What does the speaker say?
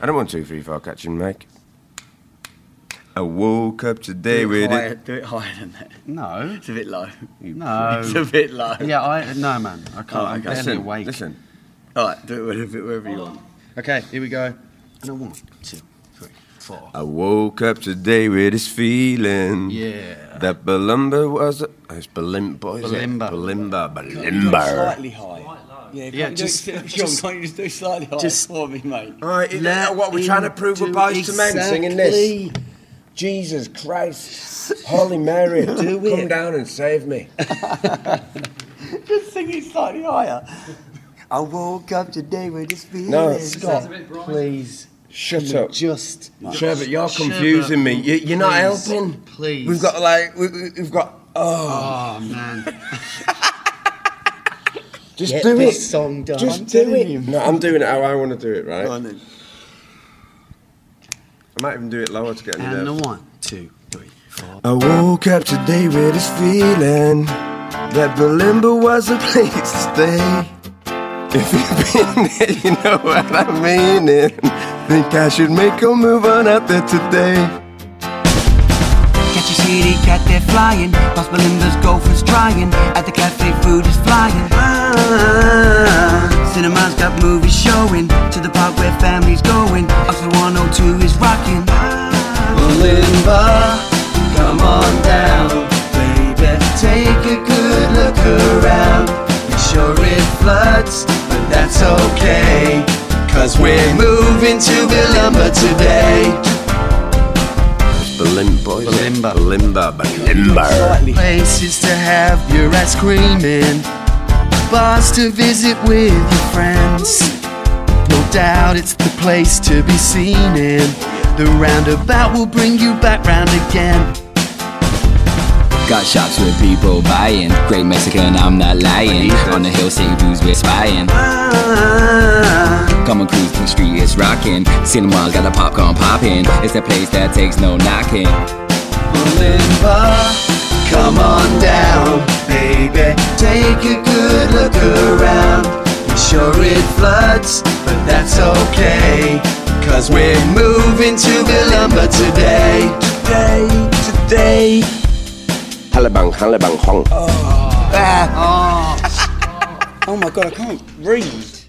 I don't want two, three, four catching, Mike. I woke up today Do with higher, it. Do it higher than that. No. It's a bit low. It's a No. bit low. Yeah, I no man. I can't. Oh, I'm okay. barely Listen, awake. listen. All right, do it wherever, wherever you want. Okay, here we go. No, one, two, three, four. I woke up today with this feeling. Yeah. That Balimba was a. Oh, it's Balimba. Is Balimba. It? Balimba. Balimba. Slightly higher. Yeah, Yeah, can't just- you do it, John, just- can't you just do slightly higher just- oh, for me, mate? All right, isn't that what we're trying to prove with Pies to Men singing this? Jesus Christ. Holy Mary. Do Come it. down and save me. Just sing it slightly higher. I woke up today with this feeling. No. Stop. Please. Shut can we up. Just. Trevor, you're Trevor, confusing me. You, you're not please, helping. Please. We've got like we, we- we've got. Oh, Oh man. just Get do this it. song done. Just I'm do telling it. you. No, I'm doing it how I want to do it. Right. Go on then. I might even do it lower to get on your And the nerves. one, two, three, four. I woke up today with this feeling that Balimba was a place to stay. If you've been there, you know what I mean. It. Think I should make a move on out there today. Catch a city cat, they're flying. Past Belinda's gophers trying. At the cafe, food is flying. Ah, cinema's got movies showing. To the park where families going. Up to 102 is rocking. Ah. Belinda, come on down. Baby, take a good look around. Sure, it floods, but that's okay. Cause we're moving to Belinda today. Balimba, Balimba. Balimba, Balimba. Slightly. Places to have your ass screaming, bars to visit with your friends. No doubt it's the place to be seen in. The roundabout will bring you back round again. Got shops with people buying. Great Mexican, I'm not lying. On the hill, city dudes, we're spying. Come on, cruise through the street, it's rocking. Cinema's got a popcorn popping. It's a place that takes no knocking. Come on down, baby. Take a good look around. Sure, it floods, but that's okay. Cause we're moving to Galumba today. Today, today. Halabang, halabang, hong. Oh my god, I can't read.